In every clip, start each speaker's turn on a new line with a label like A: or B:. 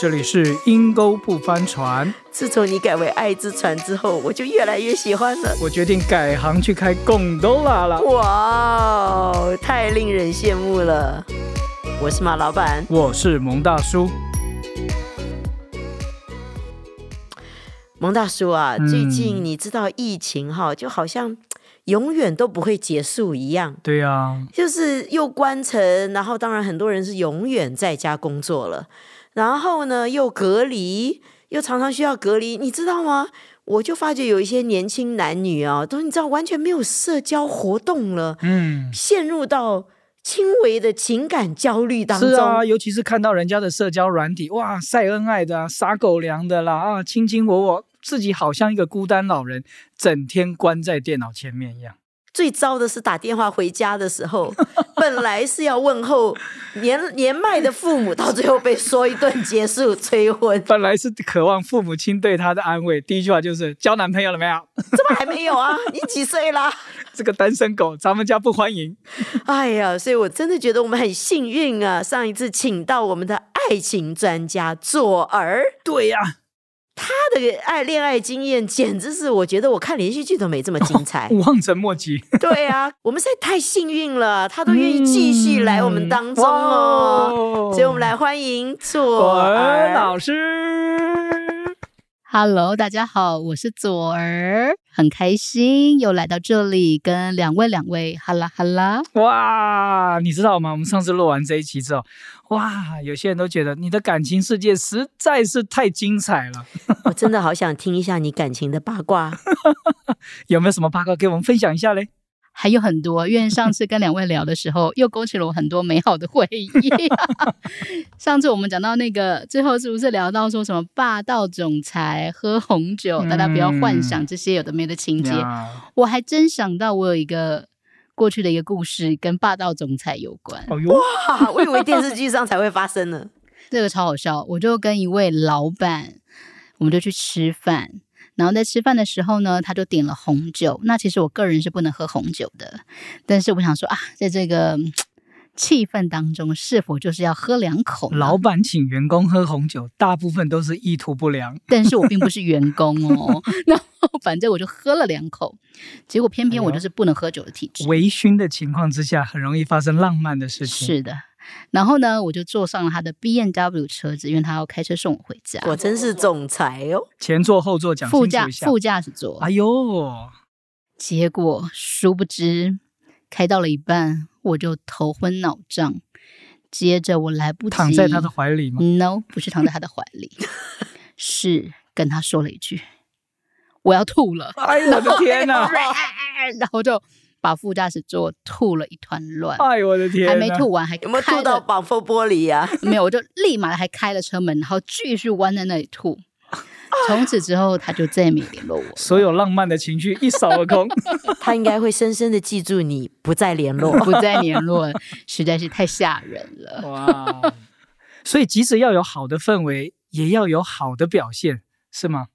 A: 这里是阴沟不翻船，
B: 自从你改为爱之船之后，我就越来越喜欢了。
A: 我决定改行去开贡多拉了。
B: 哇哦，太令人羡慕了！我是马老板，
A: 我是蒙大叔，
B: 蒙大叔啊，
A: 嗯
B: 最近你知道疫情哈，就好像永远都不会结束一样。
A: 对呀、啊，
B: 就是又关城，然后当然很多人是永远在家工作了，然后呢又隔离，又常常需要隔离，你知道吗？我就发觉有一些年轻男女啊，都你知道完全没有社交活动了，
A: 嗯，
B: 陷入到轻微的情感焦虑当中。
A: 是啊，尤其是看到人家的社交软体，哇，晒恩爱的啊，撒狗粮的啦，啊，卿卿我我，自己好像一个孤单老人，整天关在电脑前面一样。
B: 最糟的是打电话回家的 时候，本来是要问候年年迈的父母，到最后被说一顿结束催婚，
A: 本来是渴望父母亲对他的安慰，第一句话就是交男朋友了没有？
B: 怎么还没有啊？你几岁啦？
A: 这个单身狗，咱们家不欢迎。
B: 哎呀，所以我真的觉得我们很幸运啊！上一次请到我们的爱情专家左儿，
A: 对呀、
B: 他的爱恋爱经验简直是，我觉得我看连续剧都没这么 精彩。
A: 望尘莫及。
B: 对啊，我们实在太幸运了，他都愿意继续来我们当中哦。
A: 嗯哦
B: 所以我们来欢迎哎左
A: 文
B: 儿。
A: 哎老师。
C: Hello，大家好，我是左儿，很开心又来到这里跟两位两位哈啦哈啦，
A: 哇，你知道吗？我们上次录完这一期之后，哇，有些人都觉得你的感情世界实在是太精彩了，
B: 我真的好想听一下你感情的八卦。
A: 有没有什么八卦给我们分享一下嘞？
C: 还有很多。因为上次跟两位聊的时候，又勾起了我很多美好的回忆。啊 上次我们讲到那个，最后是不是聊到说什么霸道总裁喝红酒？大家不要幻想这些有的没的情节。
A: 嗯呀
C: 我还真想到我有一个过去的一个故事跟霸道总裁有关。
A: 哦哟，
B: 啊，我以为电视剧上才会发生呢。
C: 这个超好笑，我就跟一位老板，我们就去吃饭。然后在吃饭的时候呢，他就点了红酒。那其实我个人是不能喝红酒的，但是我想说啊，在这个嗯气氛当中，是否就是要喝两口呢？
A: 老板请员工喝红酒，大部分都是意图不良。
C: 但是我并不是员工哦。 然后反正我就喝了两口，结果偏
A: 哎
C: 偏我就是不能喝酒的体质。
A: 微醺的情况之下，很容易发生浪漫的事情。
C: 是的。然后呢，我就坐上了他的 B N W 车子，因为他要开车送我回家。
B: 我真是总裁哦，
A: 前座后座讲清
C: 副
A: 楚
C: 驾
A: 一下。
C: 副驾驶座，
A: 哎呦，
C: 结果殊不知，开到了一半我就头昏脑胀，接着我来不及
A: 躺在他的怀里 吗？
C: ，no，不是躺在他的怀 里，是跟他说了一句：“我要吐 了
A: 哎呦我的天哪！！”
C: 然后就把副驾驶座吐了一团乱，
A: 哎呦我的天哪！
C: 还没吐完，还
B: 有没有
C: 开
B: 吐到
C: 了
B: 挡风玻璃啊呀、
C: 没有，我就立马还开了车门，然后继续弯在那里吐。从此之后，他就再也没联络我了。
A: 所有浪漫的情绪一扫而空。
B: 他应该会深深的记住你，不再联络。
C: 不再联络，实在是太吓人了。
A: 哇！所以即使要有好的氛围，也要有好的表现，是吗？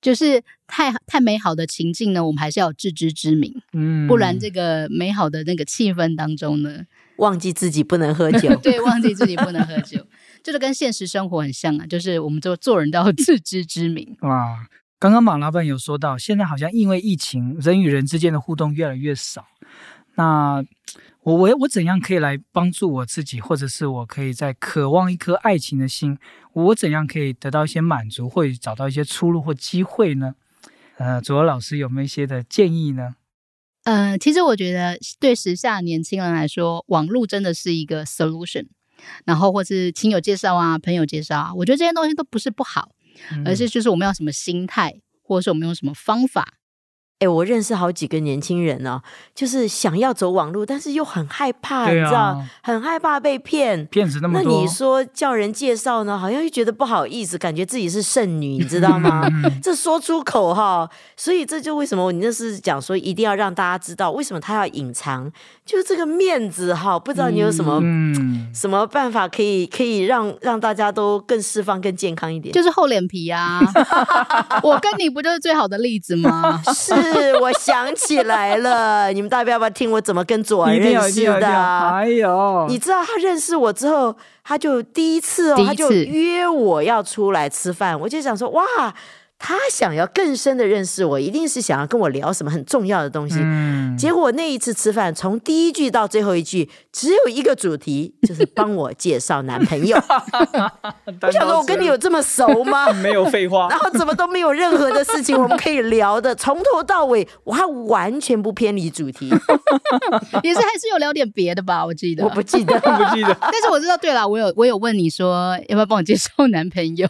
C: 就是太太美好的情境呢，我们还是要有自知之明，
A: 嗯
C: 不然这个美好的那个气氛当中呢，，
B: 忘记自己不能喝酒
C: 对，忘记自己不能喝酒，这就跟现实生活很像啊，就是我们做做人都要 自知之明。
A: 哇！刚刚马老板有说到，现在好像因为疫情，人与人之间的互动越来越少。那我我我怎样可以来帮助我自己，或者是我可以在渴望一颗爱情的心，我怎样可以得到一些满足，或者找到一些出路或机会呢？呃，左老师有没有一些的建议呢？
C: 呃，其实我觉得对时下年轻人来说，网络真的是一个 solution，然后或是亲友介绍啊、朋友介绍啊，我觉得这些东西都不是不好，而
A: 嗯
C: 是就是我们要什么心态，或者是我们用什么方法
B: 哎、我认识好几个年轻人哦，就是想要走网路，但是又很害怕，
A: 对啊
B: 你知道，很害怕被骗。
A: 骗子那么
B: 那
A: 多，
B: 你说叫人介绍呢，好像又觉得不好意思，感觉自己是剩女，你知道吗？
A: 嗯
B: 这说出口哈，所以这就为什么你那是讲说一定要让大家知道，为什么他要隐藏，就是这个面子哈，不知道你有什么、
A: 嗯，
B: 什么办法可以可以让让大家都更释放、更健康一点。
C: 就是厚脸皮啊！我跟你不就是最好的例子吗？
B: 是是，我想起来了，你们大家要不要听我怎么跟左儿
A: 一定要
B: 认
A: 一定
B: 识
A: 要一定
B: 的
A: 要！
B: 啊？
A: 哎呦，
B: 你知道他认识我之后，他就第一次哦，
C: 第一次
B: 他就约我要出来吃饭，我就想说哇。他想要更深的认识我，一定是想要跟我聊什么很重要的东西。
A: 嗯，
B: 结果那一次吃饭，从第一句到最后一句，只有一个主题，就是帮我介绍男朋友。我
A: 我
B: 想说，我跟你有这么熟吗？
A: 没有废 话
B: 然后怎么都没有任何的事情我们可以聊的，从头到尾，我还完全不偏离主题。
C: 也是还是有聊点别的吧，我记得。
B: 我不记得，
A: 不记 得。
C: 但是我知道，对了，我有我有问你说要不要帮我介绍男朋友，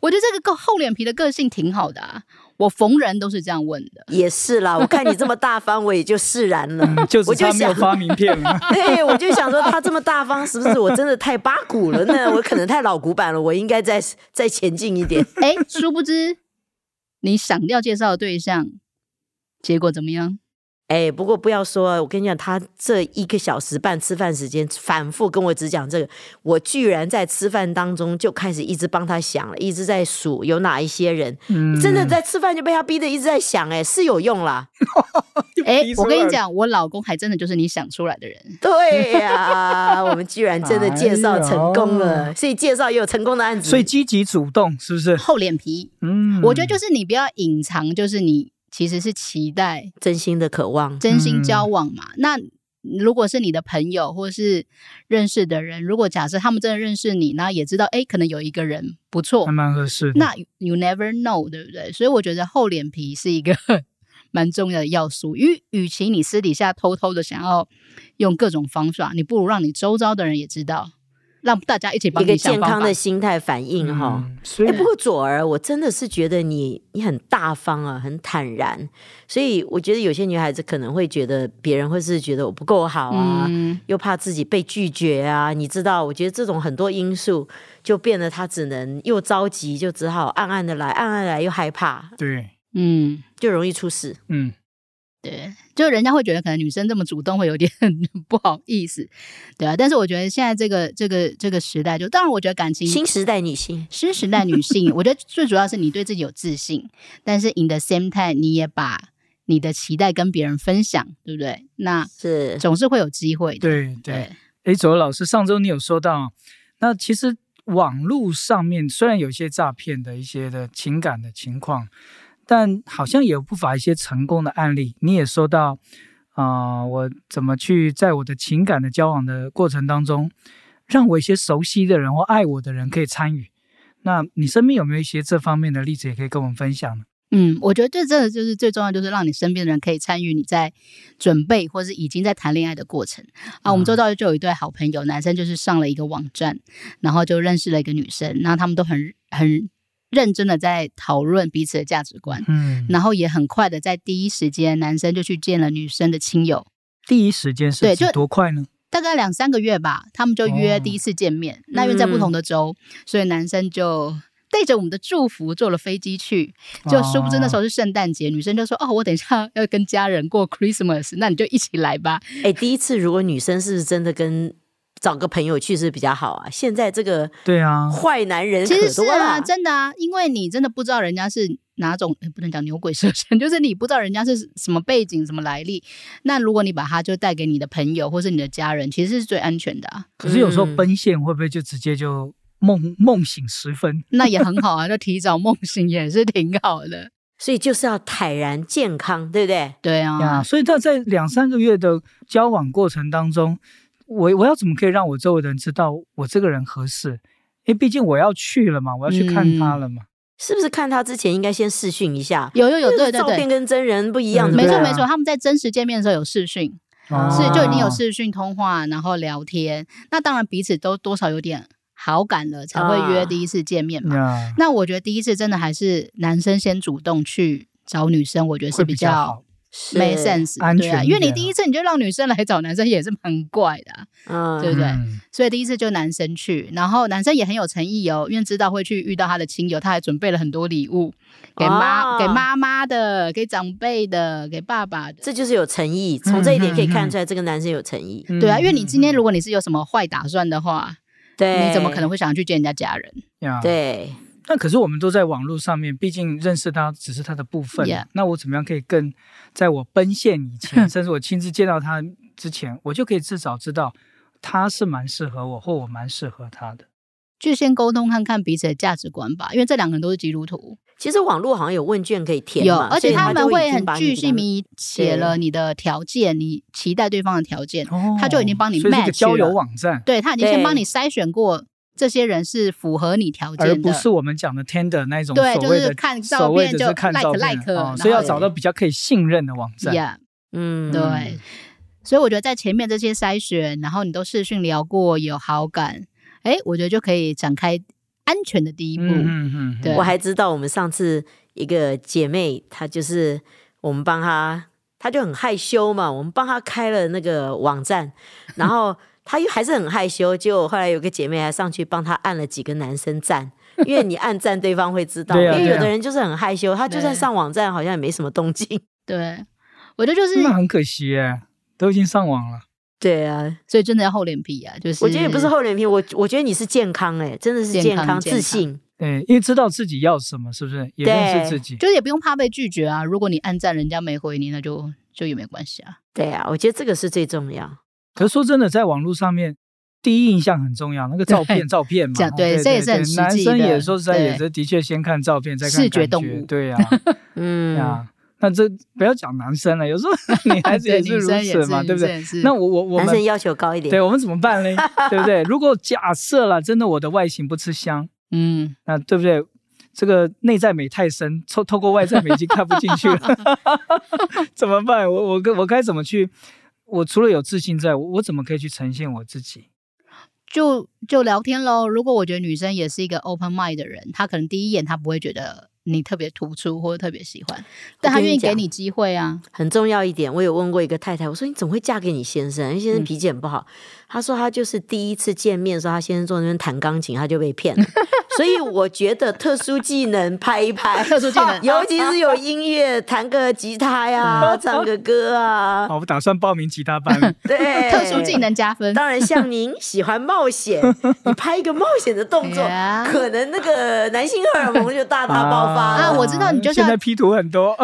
C: 我觉得这个够厚脸皮的个性挺好的啊，我逢人都是这样问的。
B: 也是 啦。我看你这么大方，我也就释然了。
A: 嗯就
B: 嗯我
A: 是
B: 就
A: 他没有
B: 想，
A: 发名片了，
B: 对，我就想说他这么大方，是不是我真的太八股了呢？我可能太老古板了，我应该再再前进 一点。
C: 哎，殊不知你想要介绍的对象，结果怎么样？
B: 哎，不过不要说，我跟你讲，他这一个小时半吃饭时间反复跟我只讲这个，我居然在吃饭当中就开始一直帮他想了，一直在数有哪一些人，
A: 嗯
B: 真的在吃饭就被他逼得一直在想、哎，是有用啦。
C: 哎
A: 逼，出
C: 我
A: 来
C: 跟你
A: 了，
C: 讲，我老公还真的就是你想出来的人。
B: 对呀、我们居然真的介绍成功
A: 哎
B: 了，所以介绍也有成功的案子。
A: 所以积极主动是不是？
C: 厚脸皮，
A: 嗯，
C: 我觉得就是你不要隐藏，就是你其实是期待
B: 真心的渴望，
C: 真心交往嘛。那如果是你的朋友或是认识的人，如果假设他们真的认识你，那也知道哎，诶可能有一个人不错
A: 还，蛮合适的。
C: 那 you never know，对不对？所以我觉得厚脸皮是一个 蛮重要的要素，因为与其你私底下偷偷的想要用各种方法，你不如让你周遭的人也知道，让大家一起帮
B: 一个
C: 你想
B: 健
C: 方
B: 康
C: 法
B: 的。心态反应哈。
A: 嗯，所以
B: 哎、不过左儿，我真的是觉得你你很大方啊，很坦然，所以我觉得有些女孩子可能会觉得别人会是觉得我不够好啊，
C: 嗯，
B: 又怕自己被拒绝啊，你知道，我觉得这种很多因素就变得她只能又着急，就只好暗暗的来，暗暗地来又害怕，
A: 对，
C: 嗯，
B: 就容易出事。
A: 嗯，
C: 对，就人家会觉得可能女生这么主动会有点 不好意思，对啊。但是我觉得现在这个这个这个时代就，当然我觉得感情
B: 新时代女性，
C: 新时代女性，我觉得最主要是你对自己有自信，但是 in the same time 你也把你的期待跟别人分享，对不对？那
B: 是
C: 总是会有机会的。
A: 对对。哎，左老师，上周你有说到，那其实网络上面虽然有一些诈骗的一些的情感的情况，但好像也不乏一些成功的案例。你也说到，啊、我怎么去在我的情感的交往的过程当中，让我一些熟悉的人或爱我的人可以参与。那你身边有没有一些这方面的例子，也可以跟我们分享呢？
C: 嗯，我觉得这真的就是最重要，就是让你身边的人可以参与你在准备或是已经在谈恋爱的过程啊。我们周遭就有一对好朋友，男生就是上了一个网站，然后就认识了一个女生，然后他们都很很认真的在讨论彼此的价值观，
A: 嗯，
C: 然后也很快的在第一时间，男生就去见了女生的亲友，
A: 第一时间是
C: 对
A: 指
C: 就
A: 多快呢？
C: 大概两三个月吧，他们就约
A: 哦
C: 第一次见面。那因为在不同的州，
B: 嗯
C: 所以男生就带着我们的祝福坐了飞机去。就殊不知那
B: 啊
C: 时候是圣诞节，女生就说：“哦，我等一下要跟家人过 Christmas，那你就一起来 吧。
B: 哎、第一次如果女生是不是真的跟找个朋友去是比较好啊？现在这个
A: 对啊，
B: 坏男”人
C: 其
B: 可
C: 实是
B: 多了、
C: 啊，真的啊，因为你真的不知道人家是哪种，呃不能讲牛鬼蛇神， 就是你不知道人家是什么背景、什么来历。那如果你把他就带给你的朋友或是你的家人，其实是最安全的、啊。
A: 可是有时候
B: 嗯
A: 奔现会不会就直接就梦梦醒时分？
C: 那也很好啊，就提早梦醒也是挺好的。
B: 所以就是要坦然健康，对不对？
C: 对啊，
A: 呀、所以他在两三个月的交往过程当中，我我要怎么可以让我周围的人知道我这个人合适？因为毕竟我要去了嘛，我要去看
C: 嗯
A: 他了嘛。
B: 是不是看他之前应该先试训一下？
C: 有有有，对对
B: 照片
C: 对，
B: 跟真人不一样，
A: 嗯
B: 对
C: 没
B: 不
C: 错
B: 对
C: 没错，他们在真实见面的时候有视讯，
A: 哦
B: 啊
C: 是就已经有
A: 事。
C: 视讯通话，然后聊天，那当然彼此都多少有点好感了，才会约
B: 啊
C: 第一次见面嘛。
A: 呀
C: 那我觉得第一次真的还是男生先主动去找女生，我觉得
A: 会
C: 是
A: 比较
C: 较
A: 好，
B: 是
C: 没 sense，
A: 安
C: 对啊，
A: 全一
C: 因为你
A: 点
C: 第
A: 啊
C: 一次你就让女生来找男生也是蛮怪的啊、
B: 嗯，
C: 对不对
A: 嗯
C: 所以第一次就男生去，然后男生也很有诚意哦，因为知道会去遇到他的亲友，他还准备了很多礼物给妈、
B: 哦
C: 给妈妈的、给长辈的、给爸爸的。
B: 这就是有诚意。
C: 嗯
B: 从这一点可以看出来，这个男生有诚意。
A: 嗯
C: 对啊，因为你今天
A: 嗯
C: 如果你是有什么坏打算的话，
B: 对，
C: 你怎么可能会想去见人家家人？
A: 呀？
B: 对？
A: 但可是我们都在网络上面，毕竟认识他只是他的部分。
C: Yeah
A: 那我怎么样可以更在我奔现以 前，甚至我亲自见到他之前，我就可以至少知道他是蛮适合我，或我蛮适合他的。
C: 就先沟通看看彼此的价值观吧，因为这两个人都是基督徒，
B: 其实网络好像有问卷可以填
C: 有，
B: 嘛，
C: 而且
B: 所以
C: 他们
B: 就已
C: 会
B: 经
C: 很
B: 把你
C: 具
B: 给
C: 细
B: 他们
C: 迷写了你的条件，你期待对方的条件，
A: 哦
C: 他就已经帮你
A: 所以是个
C: match
A: 交友
C: 了
A: 网站，
C: 对他已经先
B: 对
C: 帮你筛选过这些人是符合你条
A: 而
C: 件
A: 不
C: 的，
A: 是我们讲的 Tender 那一种
C: 对
A: 所谓
C: 就
A: 的
C: 是看照片
A: 所谓的
C: 就是
A: 看
C: like
A: 照片
C: like，
A: 哦
C: 然
A: 所以要
B: 后
A: 找到比较可以信任的网站。
C: 呀，
B: 嗯，
C: 对。所以我觉得在前面这些筛选，然后你都视讯聊过，有好感，哎，我觉得就可以展开安全的第一步。
A: 嗯嗯嗯，
C: 对
B: 我还知道我们上次一个姐妹，她就是我们帮她，她就很害羞嘛，我们帮她开了那个网站，然后她又还是很害羞，结果后来有个姐妹还上去帮她按了几个男生赞。因为你按赞，对方会知道，
A: 对
B: 因
A: 啊
B: 为
A: 对啊
B: 有的人就是很害羞，她就算
C: 对
B: 上网站好像也没什么动静。
C: 对，我觉得就是，
A: 那很可惜耶，都已经上网了。
B: 对啊，
C: 所以真的要厚脸皮啊，就是
B: 我觉得也不是厚脸皮，我我觉得你是健康哎、真的是
C: 健
B: 健
C: 康
B: 康、
C: 健
B: 自
C: 康
B: 信。
A: 对，因为知道自己要什么，是不是？也认识自己。
C: 就是也不用怕被拒绝啊。如果你按赞人家没回你，那就就也没关系啊。
B: 对啊，我觉得这个是最重要。
A: 可是说真的，在网络上面，第一印象很重要，那个照片，
C: 对
A: 照片嘛
C: 这样，对
A: 哦对
C: 这也是很实际的
A: 男生也说实在，
C: 对
A: 也是的确先看照片，再看
C: 视觉
A: 感
C: 动物
A: 对 呀、
B: 嗯，
A: 呀。那这不要讲男生了，有时 候女孩子也是如此嘛，对
C: 对女
A: 不
C: 生
A: 对？
C: 也是？
A: 那我我我
B: 男生
A: 们
B: 要求高一点。
A: 对我们怎么办 嘞？对不对？如果假设了，真的我的外形不吃香，
C: 嗯，
A: 那对不对？这个内在美太深，透透过外在美已经看不进去 了，怎么办？我我该我该怎么去？我除了有自信在，我我怎么可以去呈现我自己？
C: 就就聊天喽。如果我觉得女生也是一个 open mind 的人，她可能第一眼她不会觉得你特别突出或者特别喜欢，但她
B: 跟你
C: 愿意给
B: 讲
C: 你机会啊。
B: 很重要一点，我有问过一个太太，我说你怎么会嫁给你先生？因为先
C: 嗯
B: 生脾气很不好。她说她就是第一次见面的时候，她先生坐在那边弹钢琴，她就被 骗了。所以我觉得特殊技能拍一拍，
C: 特殊技能嗯
B: 尤其是有音乐，弹个吉他呀，唱个歌啊，
A: 哦好，我打算报名吉他 班。
B: 对，
C: 特殊技。能加分，
B: 当然，像您喜欢冒 险，你拍一个冒险的动作
C: Yeah，
B: 可能那个男性荷尔蒙就大大爆发了。
C: 啊我知道你就是
A: 现
C: 要
A: 在 P 图很 多，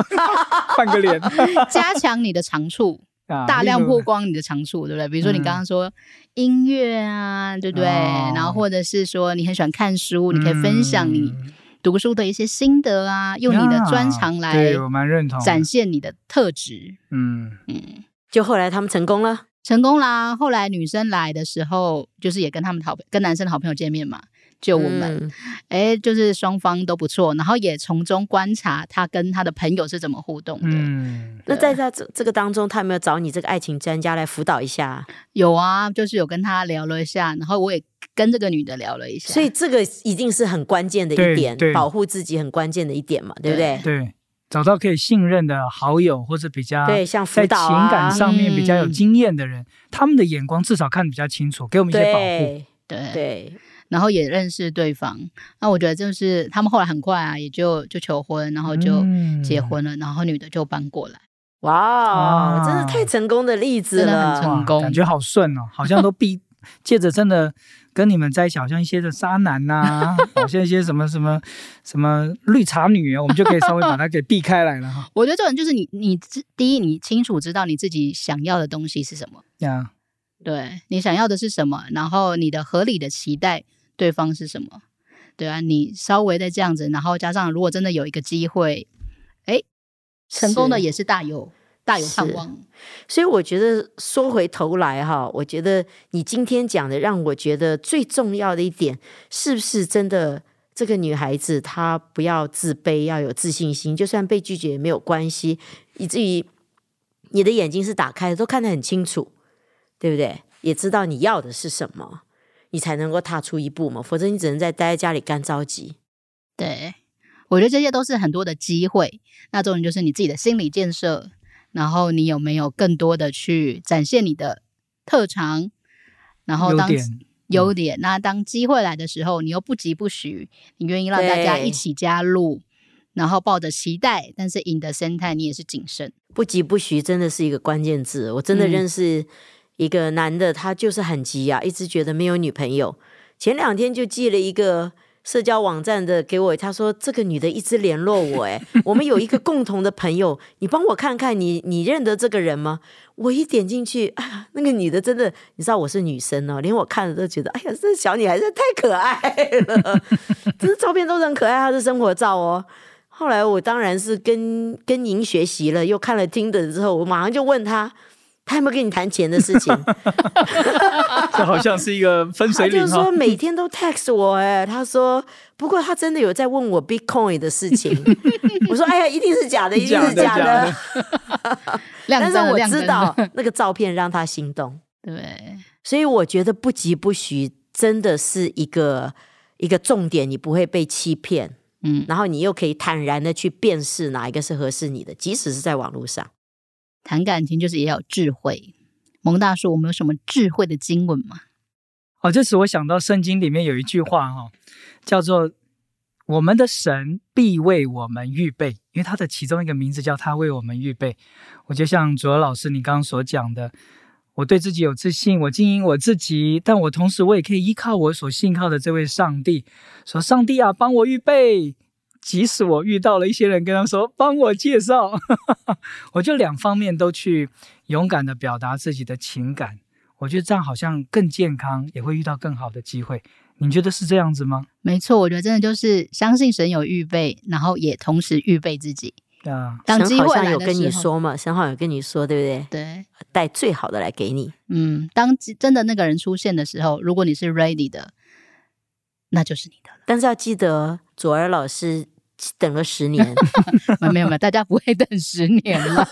A: 换个脸，
C: 加强你的长处，
A: 啊
C: 大量
A: 例如
C: 曝光你的长处，对不对？比如说你
A: 嗯
C: 刚刚说音乐啊，对不对？
A: 哦
C: 然后或者是说你很喜欢看书，你可以分享你
A: 嗯
C: 读书的一些心得啊，用你的专长
A: 啊
C: 来
A: 对我蛮认同的。
C: 展现你的特质。
A: 嗯，
C: 嗯，
B: 就后来他们成功了。
C: 成功啦。后来女生来的时候，就是也跟他们好跟男生的好朋友见面嘛，就我们，
B: 嗯
C: 哎、就是双方都不错，然后也从中观察他跟他的朋友是怎么互动的。
A: 嗯，
B: 那
C: 啊
B: 在他这这个当中，他有没有找你这个爱情专家来辅导一下啊？
C: 有啊，就是有跟他聊了一下，然后我也跟这个女的聊了一下，
B: 所以这个一定是很关键的
A: 对
B: 一点
A: 对，
B: 保护自己很关键的一点嘛，对不对？
A: 对，找到可以信任的好友或者比较
B: 对，像辅
A: 在
B: 导
A: 情
B: 啊，
A: 感上面比较有
C: 嗯
A: 经验的人，他们的眼光至少看得比较清楚，给我们一些保护。
B: 对
C: 对
B: 对，
C: 然后也认识对方。那我觉得就是他们后来很快啊，也就就求婚，然后就
A: 嗯
C: 结婚了，然后女的就搬过来，
B: 哇，哦
A: 哇
B: 真的太成功的例子
C: 真的很
B: 了。
C: 成功
A: 感。觉好顺哦，好像都 避借着真的跟你们在一起，好像一些的渣男呐、 好像一些什么什么什么绿茶女，我们就可以稍微把它给避开来了哈。
C: 我觉得这种就是你，你自第一，你清楚知道你自己想要的东西是什么，
A: 呀，
C: 对你想要的是什么，然后你的合理的期待对方是什么，对啊，你稍微再这样子，然后加上如果真的有一个机会，哎，成功的
B: 是
C: 也是大有大有盼
B: 是
C: 望，
B: 所以我觉得说回头来哈，我觉得你今天讲的让我觉得最重要的一点，是不是真的这个女孩子她不要自卑，要有自信心，就算被拒绝也没有关系，以至于你的眼睛是打开的，都看得很清楚，对不对？也知道你要的是什么，你才能够踏出一步嘛，否则你只能在待在家里干着急。
C: 对，我觉得这些都是很多的机会。那重点就是你自己的心理建设，然后你有没有更多的去展现你的特长，然后
A: 优
C: 当
B: 嗯
A: 点
C: 优点那当机会来的时候，你又不急不徐，你愿意让大家
B: 对
C: 一起加入，然后抱着期待，但是 in the same time 你也是谨慎。
B: 不急不徐真的是一个关键字。我真的
C: 嗯
B: 认识一个男的，他就是很急啊，一直觉得没有女朋友。前两天就寄了一个社交网站的给我，他说这个女的一直联络我、欸，哎，我们有一个共同的朋友，你帮我看看你你认得这个人吗？我一点进去，哎呀，那个女的真的，你知道我是女生哦，连我看了都觉得，哎呀，这小女孩真的太可爱了， 这照片都是很可爱，她的生活照哦。后来我当然是跟跟您学习了，又看了听的之后，我马上就问她，她有没有跟你谈钱的事 情？
A: 这好像是一个分
B: 他
A: 水岭
B: 就
A: 哈
B: 说。每天都 text 我、哎，他说，不过他真的有在问我 Bitcoin 的事 情。我说，哎呀，一定是假的，一定是
A: 假的
B: 的。
C: 亮
B: 但是
C: 灯了
B: 我
C: 亮灯
B: 知道
C: 了
B: 那个照片让他心动，
C: 对，
B: 所以我觉得不急不徐真的是一个一个重点，你不会被欺骗，
C: 嗯，
B: 然后你又可以坦然的去辨识哪一个是合适你的，即使是在网络上。
C: 谈感情就是也要有智慧。蒙大叔，我们有什么智慧的经文吗？
A: 哦，这使我想到圣经里面有一句话哈、叫做“我们的神必为我们预备”，因为它的其中一个名字叫“他为我们预备”。我就像卓老师你刚刚所讲的，我对自己有自信，我经营我自己，但我同时我也可以依靠我所信靠的这位上帝，说：“上帝啊，帮我预备。”即使我遇到了一些人，跟他们说帮我介绍， 我就两方面都去勇敢的表达自己的情感。我觉得这样好像更健康，也会遇到更好的机会。你觉得是这样子吗？
C: 没错，我觉得真的就是相信神有预备，然后也同时预备自己。
A: 啊、
C: 当
B: 神
C: 机
B: 好
C: 会
B: 像
C: 来
B: 有
C: 的
B: 跟
C: 时
B: 你
C: 候，
B: 说嘛，神好像有跟你说，对不对？
C: 对，
B: 带最好的来给你。
C: 嗯，当机真的那个人出现的时候，如果你是 ready 的，那就是你的了
B: 但是要记得，左儿老师等了十 年，。
C: 没有没有没有，大家不会等十年了。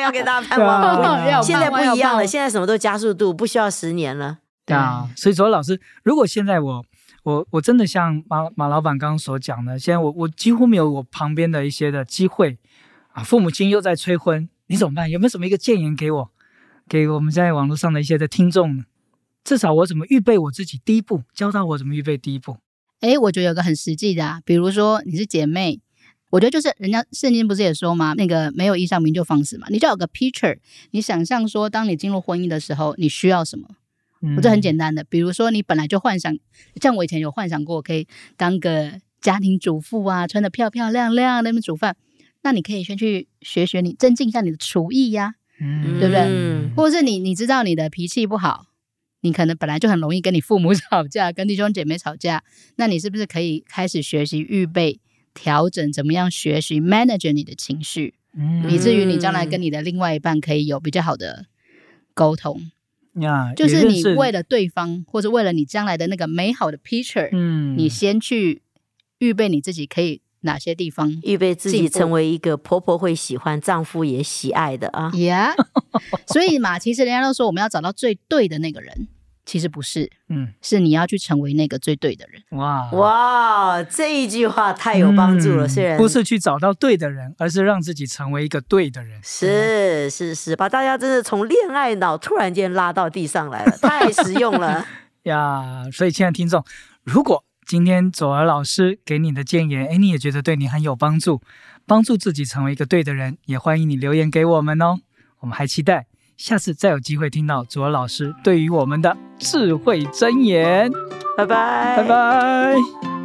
B: 要给大家 盼
A: 对
B: 望。
A: 啊
C: 要
B: 现在
C: 盼
B: 不
C: 望要
B: 一样
C: 盼
B: 了，
C: 望
B: 现在什么都加速度，不需要十年了。
A: 对啊，所以说老师，如果现在我我我真的像马马老板刚刚所讲的，现在我我几乎没有我旁边的一些的机会啊，父母亲又在催婚，你怎么办？有没有什么一个建言给我，给我们在网络上的一些的听众呢？至少我怎么预备我自己第一步，教到我怎么预备第一步。
C: 诶，我觉得有个很实际的、啊，比如说你是姐妹，我觉得就是人家圣经不是也说吗？那个没有衣上名就放肆嘛，你就有个 picture，你想象说，当你进入婚姻的时候，你需要什么？
A: 嗯
C: 我这很简单的，比如说你本来就幻想，像我以前有幻想过，我可以当个家庭主妇啊，穿的漂漂亮亮，那边煮饭。那你可以先去学学你，增进一下你的厨艺呀、
A: 嗯
C: 对不对
B: 嗯
C: 或者是你你知道你的脾气不好，你可能本来就很容易跟你父母 吵架，跟弟兄姐妹吵架，那你是不是可以开始学习预备？调整怎么样学习 manage 你的情绪，
A: 嗯
C: 以至于你将来跟你的另外一半可以有比较好的沟通，
A: 呀，
C: 就
A: 也
C: 是
A: 认
C: 你
A: 识
C: 为了对方或者为了你将来的那个美好的 picture，、
A: 嗯，
C: 你先去预备你自己可以哪些 地方。
B: 预备自己
C: 进步
B: 成为一个婆婆会喜欢、丈夫也喜爱的啊。
C: Yeah，所 以嘛，其实人家都说我们要找到最对的那个人，其实不是，
A: 嗯
C: 是你要去成为那个最对的人。
A: 哇
C: 嗯
B: 哇，哦这一句话太有帮助了，
A: 嗯
B: 虽然
A: 不是去找到对的人，而是让自己成为一个对的人。
B: 是是是，把大家真的从恋爱脑突然间拉到地上来了，太实用 了。
A: 呀，所以亲爱的听众，如果今天左儿老师给你的建言，哎，你也觉得对你很有帮助，帮助自己成为一个对的人，也欢迎你留言给我们哦。我们还期待下次再有机会听到左儿老师对于我们的智慧箴言。
B: 拜拜，
A: 拜拜。